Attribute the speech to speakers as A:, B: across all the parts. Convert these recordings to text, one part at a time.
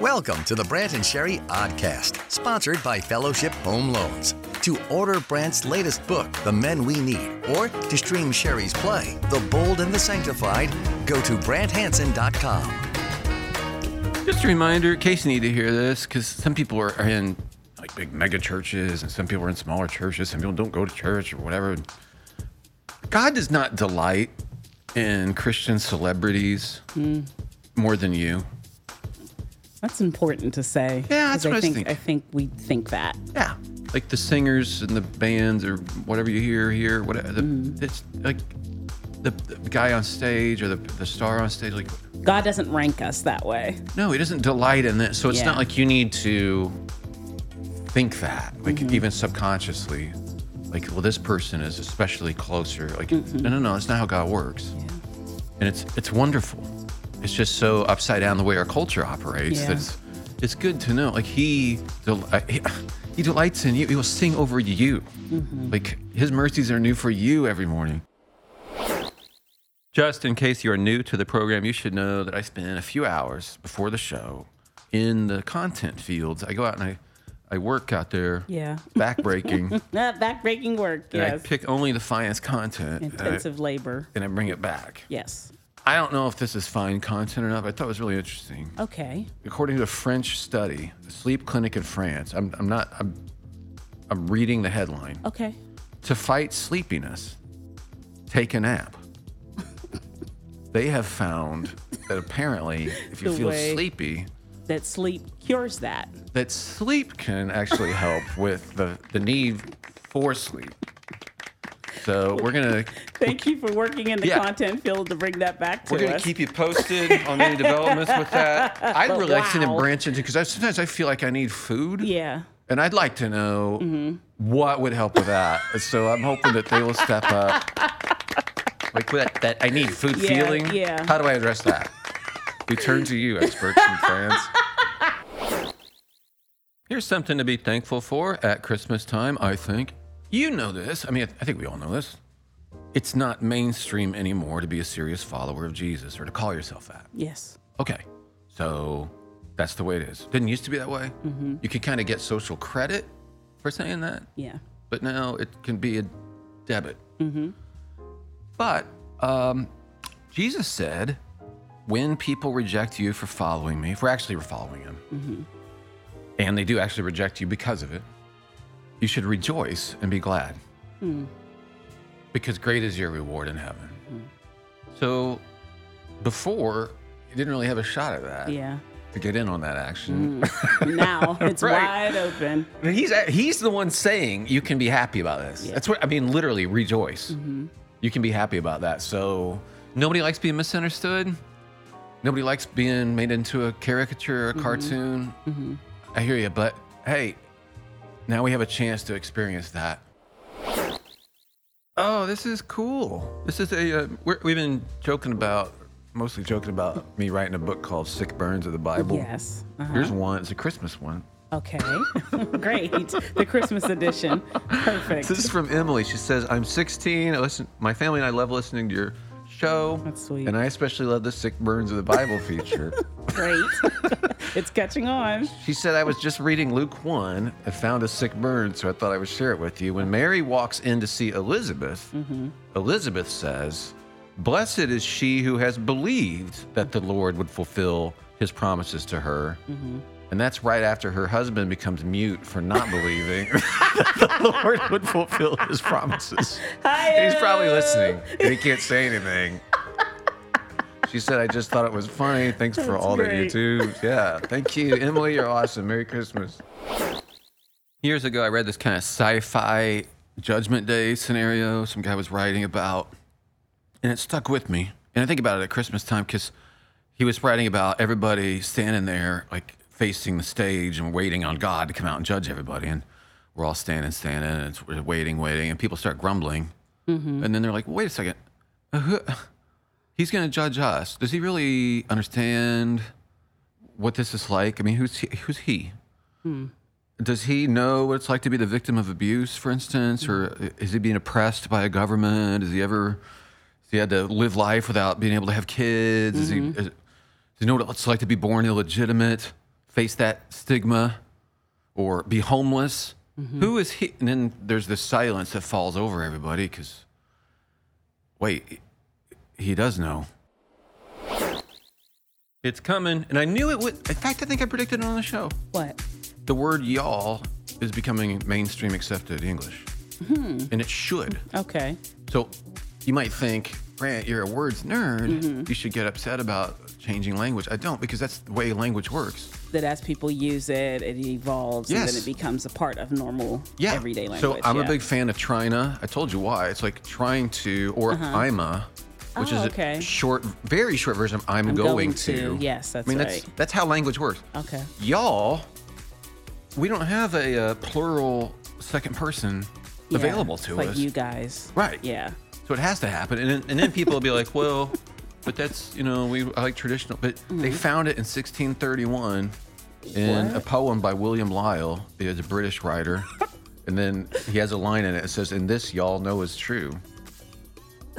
A: Welcome to the Brant and Sherry Oddcast, sponsored by Fellowship Home Loans. To order Brant's latest book, The Men We Need, or to stream Sherry's play, The Bold and the Sanctified, go to BrantHanson.com.
B: Just a reminder, in case you need to hear this, because some people are, are in like big mega churches, and some people are in smaller churches. Some people don't go to church or whatever. God does not delight in Christian celebrities more than you.
C: That's important to say.
B: Yeah,
C: 'cause
B: that's what I was
C: think,
B: thinking.
C: I think we think that.
B: Yeah, like the singers and the bands or whatever you hear here, whatever. The, It's like the, the guy on stage or the, the star on stage. Like,
C: God doesn't rank us that way.
B: no, he doesn't delight in that. So it's
C: Yeah.
B: not like you need to think that, like
C: Mm-hmm.
B: even subconsciously. Like, well, this person is especially closer. Like,
C: Mm-hmm.
B: no, no, no, that's not how God works. And it's it's wonderful. It's just so upside down the way our culture operates
C: Yeah.
B: that it's it's good to know. Like he del- uh, he, he delights in you. He will sing over you.
C: Mm-hmm.
B: Like his mercies are new for you every morning. Just in case you are new to the program, you should know that I spend a few hours before the show in the content fields. I go out and I, I work out there.
C: Yeah.
B: Backbreaking.
C: That backbreaking work.
B: and I
C: yes.
B: pick only the finance content. and I-
C: Intensive labor.
B: And I bring it back.
C: Yes.
B: I don't know if this is fine content or not, but I thought it was really interesting.
C: Okay.
B: According to a French study, a sleep clinic in France, I'm, I'm not, I'm, I'm reading the headline.
C: Okay.
B: To fight sleepiness, take a nap. they have found that apparently, if you
C: The
B: feel
C: way-
B: sleepy,
C: That sleep cures that.
B: that sleep can actually help with the, the need for sleep. So we're gonna
C: Thank you for working in the
B: Yeah.
C: content field to bring that back to
B: we're gonna
C: us.
B: keep you posted on any developments with that. I'd really like to
C: wow.
B: branch into because sometimes I feel like I need food.
C: yeah.
B: And I'd like to know
C: Mm-hmm.
B: what would help with that. so I'm hoping that they will step up. Like that, that I need food
C: Yeah,
B: feeling.
C: yeah.
B: How do I address that? We turn to you, experts and friends. Here's something to be thankful for at Christmas time, I think. You know this. I mean, I think we all know this. It's not mainstream anymore to be a serious follower of Jesus or to call yourself that.
C: Yes.
B: Okay. So that's the way it is. Didn't used to be that way. You could kind of get social credit for saying that,
C: Yeah.
B: but now it can be a debit. But um, Jesus said, when people reject you for following me, if we're actually following him, and they do actually reject you because of it, you should rejoice and be glad because great is your reward in heaven. So before, you didn't really have a shot at that
C: Yeah.
B: to get in on that action.
C: Now it's
B: Right.
C: wide open.
B: And He's he's the one saying you can be happy about this. That's what I mean. Literally, rejoice.
C: Mm-hmm.
B: You can be happy about that. So nobody likes being misunderstood. Nobody likes being made into a caricature or
C: Mm-hmm.
B: a cartoon. I hear you, but hey, now we have a chance to experience that. Oh, this is cool. This is a uh, we're, we've been joking about, mostly joking about me writing a book called "Sick Burns of the Bible."
C: Yes. Uh-huh.
B: Here's one. It's a Christmas one.
C: Okay. Great. The Christmas edition. Perfect.
B: This is from Emily. She says, "I'm 16. I listen. My family and I love listening to your show.
C: That's sweet.
B: And I especially love the sick burns of the Bible feature."
C: Great. it's catching on.
B: she said, "I was just reading Luke one and found a sick burn, so I thought I would share it with you." When Mary walks in to see Elizabeth,
C: Mm-hmm.
B: Elizabeth says, "Blessed is she who has believed that the Lord would fulfill His promises to her."
C: Mm-hmm.
B: And that's right after her husband becomes mute for not believing that the Lord would fulfill his promises. And he's probably listening. And he can't say anything. She said, I just thought it was funny. Thanks for all
C: great.
B: that you do. Yeah. Thank you, Emily. You're awesome. Merry Christmas. Years ago, I read this kind of sci fi Judgment Day scenario some guy was writing about, and it stuck with me. And I think about it at Christmas time because he was writing about everybody standing there, like facing the stage and waiting on God to come out and judge everybody. And we're all standing, standing, and it's, we're waiting, waiting, and people start grumbling. And then they're like, wait a second. Uh, who- He's going to judge us. Does he really understand what this is like? I mean, who's he? Who's he? Does he know what it's like to be the victim of abuse, for instance, or is he being oppressed by a government? Is he ever? Has he had to live life without being able to have kids? Is he? Is, does he know what it's like to be born illegitimate? face that stigma or be homeless. Who is he? And then there's this silence that falls over everybody because, wait, he does know. It's coming. And I knew it would. In fact, I think I predicted it on the show.
C: What?
B: The word y'all is becoming mainstream accepted English. And it should.
C: Okay.
B: So you might think, Grant, you're a words nerd. You should get upset about changing language. I don't because that's the way language works.
C: That as people use it, it evolves, and
B: Yes.
C: then it becomes a part of normal
B: Yeah.
C: everyday language.
B: So I'm
C: yeah.
B: a big fan of Trina. I told you why. It's like trying to or I'ma, which
C: Uh-huh. Oh,
B: is a
C: okay.
B: short, very short version of I'm,
C: I'm
B: going,
C: going
B: to.
C: to. Yes,
B: I
C: that's
B: mean,
C: right.
B: that's that's how language works.
C: Okay.
B: Y'all, we don't have a, uh plural second person
C: Yeah.
B: available to
C: It's like
B: us.
C: you guys.
B: Right.
C: Yeah.
B: So it has to happen, and then, and then people will be like, "Well, but that's you know we I like traditional." But they found it in 1631 in a
C: Mm-hmm. What?
B: poem by William Lyle, he is a British writer, and then he has a line in it that says, "And this y'all know is true."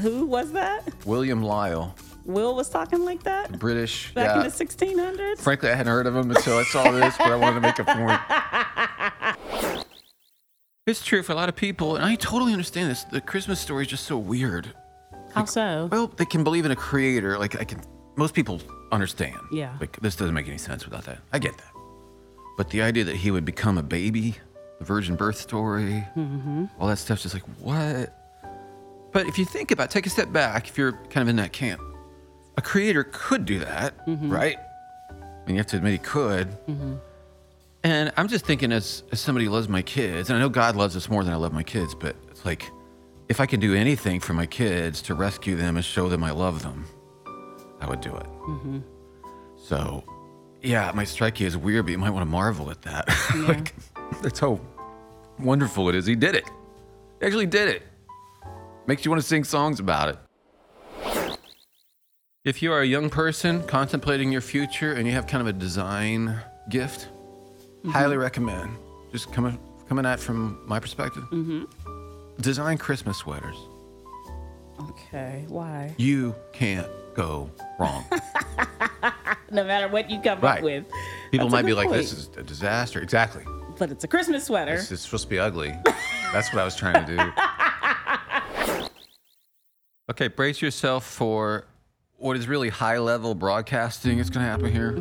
C: Who was that?
B: William Lyle,
C: Will was talking like that
B: British.
C: back
B: yeah.
C: in the 1600s.
B: Frankly, I hadn't heard of him until I saw this, but I wanted to make a point. It's true for a lot of people, and I totally understand this. The Christmas story is just so weird.
C: How so?
B: Well, they can believe in a creator. Like I can, most people understand.
C: Yeah.
B: Like this doesn't make any sense without that. I get that. But the idea that he would become a baby, the virgin birth story, all that stuff's just like what. But if you think about, take a step back. If you're kind of in that camp, a creator could do that, right? I mean, you have to admit he could. And I'm just thinking, as, as somebody who loves my kids, and I know God loves us more than I love my kids, but it's like, if I can do anything for my kids to rescue them and show them I love them, I would do it. So, yeah, it might strike you as weird, but you might want to marvel at that. like, that's how wonderful it is. He did it. He actually did it. Makes you want to sing songs about it. If you are a young person contemplating your future and you have kind of a design gift,
C: Mm-hmm.
B: highly recommend. Just coming coming at it from my perspective.
C: Mm-hmm.
B: Design Christmas sweaters.
C: Okay. Why?
B: You can't go wrong.
C: No matter what you come
B: Right.
C: up with.
B: People
C: That's a
B: might be like,
C: good
B: "This is
C: point.
B: a disaster." Exactly.
C: But it's a Christmas sweater.
B: It's, it's supposed to be ugly. That's what I was trying to do. okay, brace yourself for what is really high level broadcasting. It's going to happen here.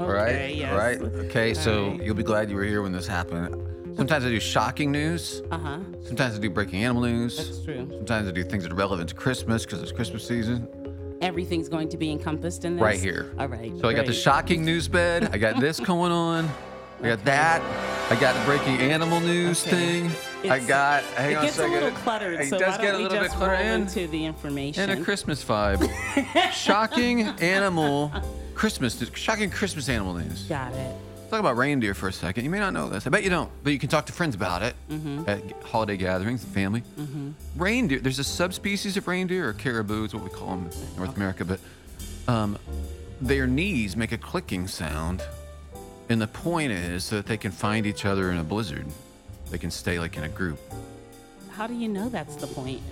B: All right.
C: Okay, yes.
B: All right. Okay, so you'll be glad you were here when this happened. Sometimes I do shocking news.
C: Uh huh.
B: Sometimes I do breaking animal news.
C: That's true.
B: Sometimes I do things that are relevant to Christmas because it's Christmas season.
C: Everything's going to be encompassed in this.
B: Right here.
C: All right.
B: So I got the
C: great.
B: shocking news bed. I got this going on. I got that. I got the breaking animal news
C: Okay.
B: thing. I
C: It's-
B: got. Hang
C: it
B: on
C: gets
B: a second.
C: little cluttered,
B: It
C: so
B: does get
C: why don't
B: a
C: we
B: little bit
C: just
B: cluttered
C: roll
B: and,
C: into the information?
B: and a Christmas vibe. shocking animal Christmas. Shocking Christmas animal news.
C: Got it.
B: Let's talk about reindeer for a second. You may not know this. I bet you don't, but you can talk to friends about it
C: Mm-hmm.
B: at g- holiday gatherings and family. Reindeer. There's a subspecies of reindeer, or caribou is what we call them in North America, but um, their knees make a clicking sound, and the point is so that they can find each other in a blizzard. They can stay like in a group.
C: How do you know that's the point?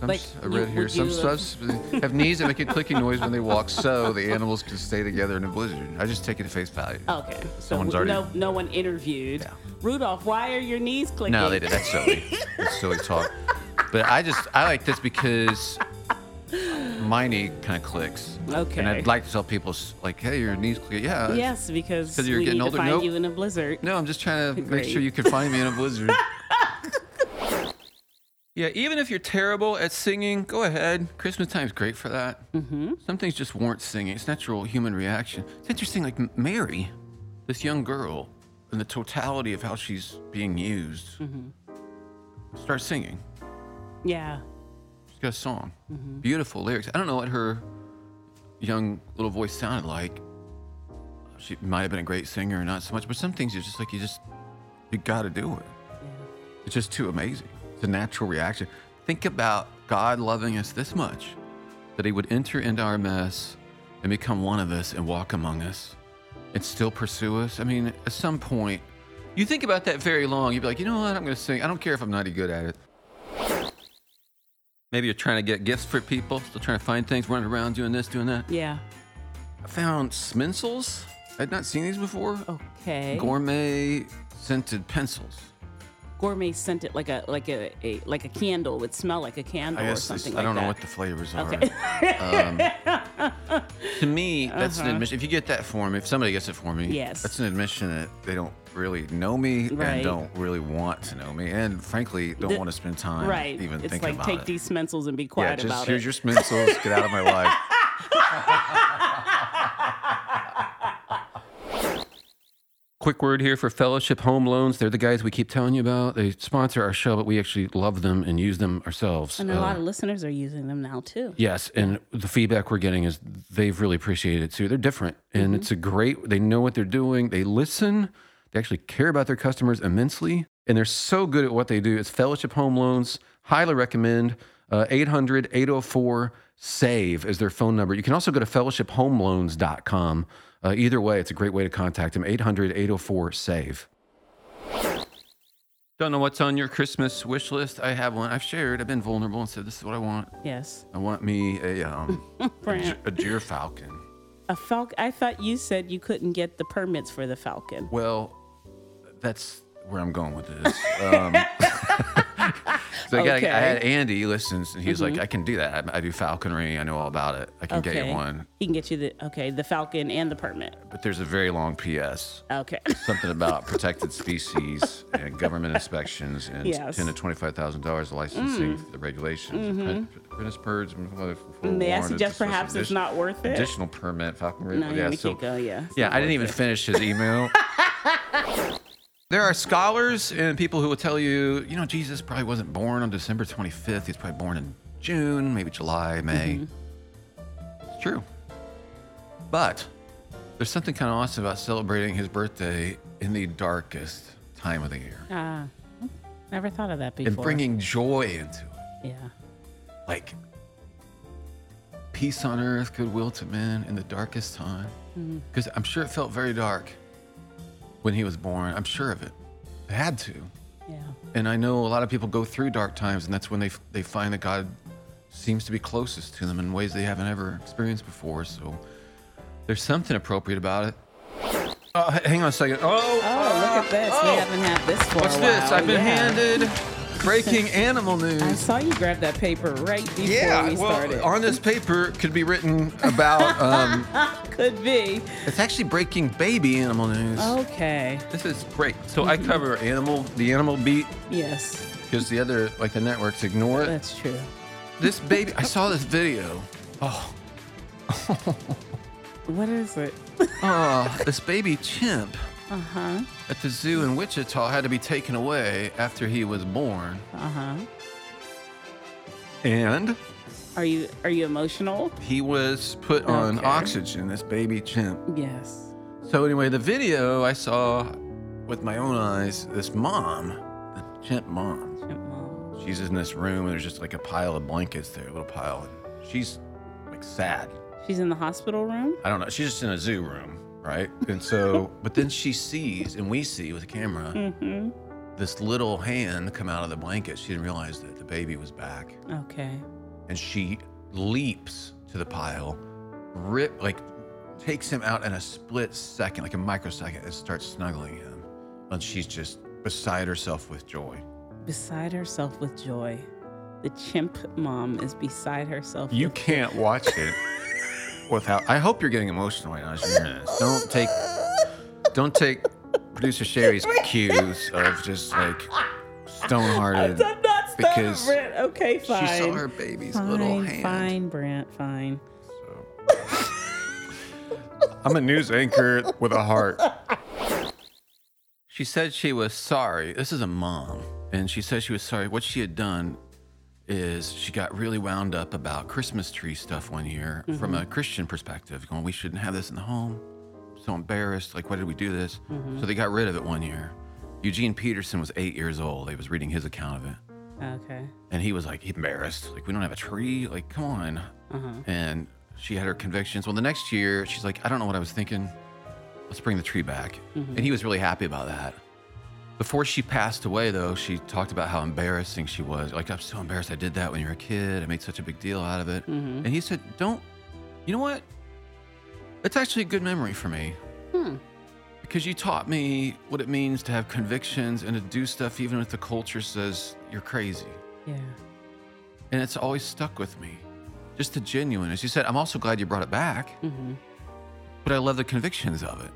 B: Some,
C: Like,
B: s- I
C: you-
B: read here
C: would
B: some
C: you-
B: subs have knees that make a clicking noise when they walk, so the animals can stay together in a blizzard. I just take it at face value.
C: Okay. So
B: Someone's
C: w-
B: already-
C: no, no one interviewed.
B: Yeah.
C: Rudolph, why are your knees clicking?
B: No, they did. That's silly. That's silly talk. But I just I like this because my knee kind of clicks. And
C: Okay.
B: I'd like to tell people s- like, hey, your knees click. Yeah. it's-
C: Yes, because
B: 'Cause you're
C: we
B: getting
C: need
B: older?
C: to find
B: Nope.
C: you in a blizzard.
B: No, I'm just trying to make sure
C: Great.
B: you can find me in a blizzard. yeah, even if you're terrible at singing, go ahead. Christmas time's great for that. Mm-hmm. Some things just warrant singing. It's natural human reaction. It's interesting, like M- Mary, this young girl, and the totality of how she's being used, starts singing.
C: Yeah.
B: She's got a song. Beautiful lyrics. I don't know what her young little voice sounded like. She might have been a great singer or not so much, but some things you're just like, you just, you gotta do it. It's just too amazing. It's a natural reaction. Think about God loving us this much that he would enter into our mess and become one of us and walk among us and still pursue us. I mean, at some point, you think about that very long, you'd be like, you know what? I'm gonna sing. I don't care if I'm not any good at it. Maybe you're trying to get gifts for people, still trying to find things, running around doing this, doing that.
C: Yeah.
B: I found sminsels. I'd not seen these before.
C: Oh, Okay.
B: Gourmet scented pencils.
C: Gourmet scented like a like a, a like a candle would smell like a candle
B: I
C: or
B: guess it's-
C: something
B: I don't
C: like
B: know
C: that.
B: what the flavors are. um, to me, that's an admission. If you get that for me, if somebody gets it for me,
C: Uh-huh. Yes.
B: that's an admission that they don't really know me
C: Right.
B: and don't really want to know me, and frankly, don't
C: The-
B: want to spend time
C: right.
B: even
C: it's
B: thinking
C: like
B: about
C: take
B: it.
C: these stencils and be
B: yeah,
C: quiet
B: just
C: about
B: here's
C: it.
B: your stencils. Get out of my life. Quick word here for Fellowship Home Loans. They're the guys we keep telling you about. They sponsor our show, but we actually love them and use them ourselves.
C: and
B: Uh,
C: a lot of listeners are using them now too.
B: Yes, and the feedback we're getting is they've really appreciated it too. They're different, and it's a great. They know what they're doing. They listen. They actually care about their customers immensely, and they're so good at what they do. It's Fellowship Home Loans. Highly recommend. uh, 800 804 SAVE E is their phone number. You can also go to fellowshiphomeloans.com. Uh, either way, it's a great way to contact them. 800 804 SAVE. E. Don't know what's on your Christmas wish list. I have one. I've shared. I've been vulnerable and said, This is what I want.
C: Yes.
B: I want me a um a,
C: Brant.
B: ge- a deer falcon.
C: A falcon. I thought you said you couldn't get the permits for the falcon.
B: Well, that's where I'm going with this. Um, so I, got,
C: Okay. Mm-hmm.
B: I had Andy listens, and he's like, "I can do that. I, I do falconry. I know all about it. I can
C: Okay.
B: get you one."
C: He can get you the okay, the falcon and the permit.
B: But there's a very long PS,
C: Okay.
B: something about protected species and government inspections, and
C: Yes. Mm. Mm-hmm.
B: ten to twenty-five thousand dollars licensing, for the regulations, and pre- apprentice birds. and other full
C: May I
B: warrant,
C: suggest
B: it's just
C: perhaps it's
B: addition-
C: not worth it?
B: Additional permit falconry.
C: no,
B: yeah,
C: we
B: so-
C: can't go. Yeah.
B: Yeah, I didn't even finish his email. there are scholars and people who will tell you, you know, Jesus probably wasn't born on December 25th. He's probably born in June, maybe July, May. It's true. But there's something kind of awesome about celebrating his birthday in the darkest time of the year
C: Ah, never thought of that before.
B: and bringing joy into it
C: yeah.
B: like peace on earth, goodwill to men in the darkest time.
C: Mm-hmm.
B: Because I'm sure it felt very dark when he was born. I'm sure of it. It had to.
C: Yeah.
B: And I know a lot of people go through dark times, and that's when they, f- they find that God seems to be closest to them in ways they haven't ever experienced before. So there's something appropriate about it. Oh, h- hang on a second. Oh,
C: Oh, look at this. We haven't had this for
B: what's
C: a while.
B: this? I've been
C: Yeah.
B: handed breaking animal news.
C: I saw you grab that paper right before
B: Yeah,
C: we started.
B: well, on this paper could be written about. Um,
C: Could be.
B: it's actually breaking baby animal news.
C: Oh. Okay.
B: This is great. So I
C: Mm-hmm.
B: cover animal, the animal beat,
C: Yes,
B: because the other, like the networks, ignore it.
C: that's true.
B: This baby, I saw this video. Oh,
C: What is it?
B: oh, this baby chimp
C: Uh huh.
B: at the zoo in Wichita had to be taken away after he was born.
C: Uh huh.
B: And
C: Are you are you emotional?
B: he was put on
C: Okay.
B: oxygen, this baby chimp.
C: Yes.
B: So anyway, the video I saw with my own eyes, this mom, the chimp mom,
C: Mom.
B: she's in this room and there's just like a pile of blankets there, a little pile, and she's like sad.
C: She's in the hospital room.
B: I don't know. She's just in a zoo room, right? And so, but then she sees, and we see with the camera,
C: Mm-hmm.
B: this little hand come out of the blanket. She didn't realize that the baby was back,
C: Okay.
B: and she leaps to the pile, rip like takes him out in a split second, like a microsecond, and starts snuggling him. And she's just beside herself with joy.
C: Beside herself with joy, the chimp mom is beside herself.
B: You
C: with-
B: can't watch it without. I hope you're getting emotional right now. as you're hearing this. Don't take, don't take producer Sherry's cues of just like
C: I'm
B: stone-hearted
C: not stunned,
B: because
C: Brent. Okay,
B: she
C: fine.
B: saw her baby's
C: fine,
B: little hand.
C: fine, Brent. Fine.
B: I'm a news anchor with a heart. She said she was sorry. This is a mom. And she said she was sorry. What she had done is she got really wound up about Christmas tree stuff one year from a Christian perspective, going, we shouldn't have this in the home. So embarrassed. Like, why did we do this? So they got rid of it one year. Eugene Peterson was eight years old. I was reading his account of it.
C: Okay.
B: And he was like embarrassed, like we don't have a tree, like come on. And she had her convictions. Well, the next year she's like, I don't know what I was thinking. Let's bring the tree back. And he was really happy about that. Before she passed away, though, she talked about how embarrassing she was. Like, I'm so embarrassed I did that when you were a kid. I made such a big deal out of it. And he said, Don't, you know what? It's actually a good memory for me.
C: Hmm.
B: because you taught me what it means to have convictions and to do stuff even if the culture says you're crazy.
C: Yeah.
B: And it's always stuck with me. Just the genuine. As you said, I'm also glad you brought it back, but I love the convictions of it.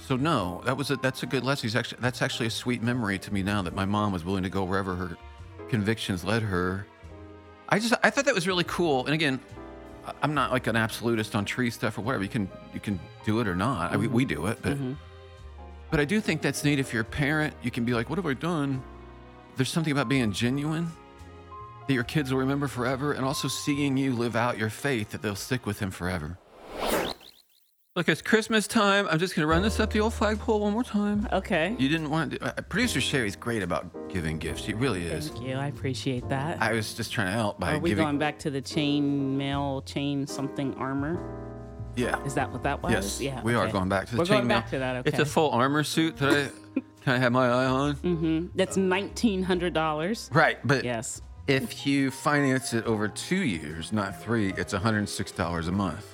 B: So no, that was a, that's a good lesson. It's actually, that's actually a sweet memory to me now that my mom was willing to go wherever her convictions led her. I just I thought that was really cool. And again, I- I'm not like an absolutist on tree stuff or whatever. You can you can do it or not. I mean, we do it, but but I do think that's neat. If you're a parent, you can be like, what have I done? There's something about being genuine that your kids will remember forever, and also seeing you live out your faith that they'll stick with them forever. Look, it's Christmas time. I'm just going to run this up the old flagpole one more time.
C: Okay.
B: You didn't want to. Uh, Producer Sherry's great about giving gifts. She really is.
C: Thank you. I appreciate that.
B: I was just trying to help by
C: Are we
B: giving.
C: going back to the chain mail, chain something armor?
B: yeah.
C: Is that what that was?
B: Yes.
C: Yeah.
B: We are
C: okay.
B: going back to the
C: We're going
B: chainmail.
C: back to that. Okay.
B: It's a full armor suit that I kind of had my eye on.
C: That's nineteen hundred dollars.
B: Right, but
C: Yes.
B: if you finance it over two years, not three, it's one hundred six dollars a month.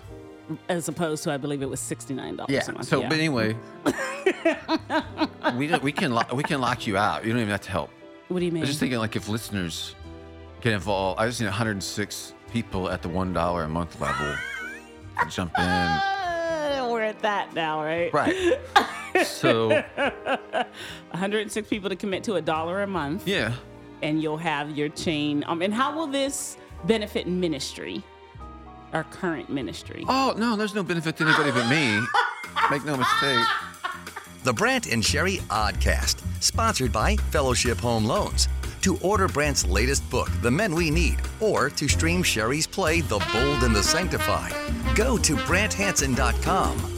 C: As opposed to, I believe it was sixty nine dollars a month.
B: So, but anyway, we don't- we can lo- we can lock you out. You don't even have to help.
C: what do you
B: I
C: mean?
B: was just thinking like if listeners get involved. I just need 106 people at the one dollar a month level to jump in.
C: Uh, we're at that now, right?
B: Right. So
C: 106 people to commit to a dollar a month,
B: yeah,
C: and you'll have your chain. Um, and how will this benefit ministry, our current ministry?
B: Oh no, there's no benefit to anybody but me. Make no mistake.
A: The Brant and Sherry Oddcast, sponsored by Fellowship Home Loans. To order Brant's latest book, The Men We Need, or to stream Sherry's play, The Bold and the Sanctified, go to BrantHanson.com.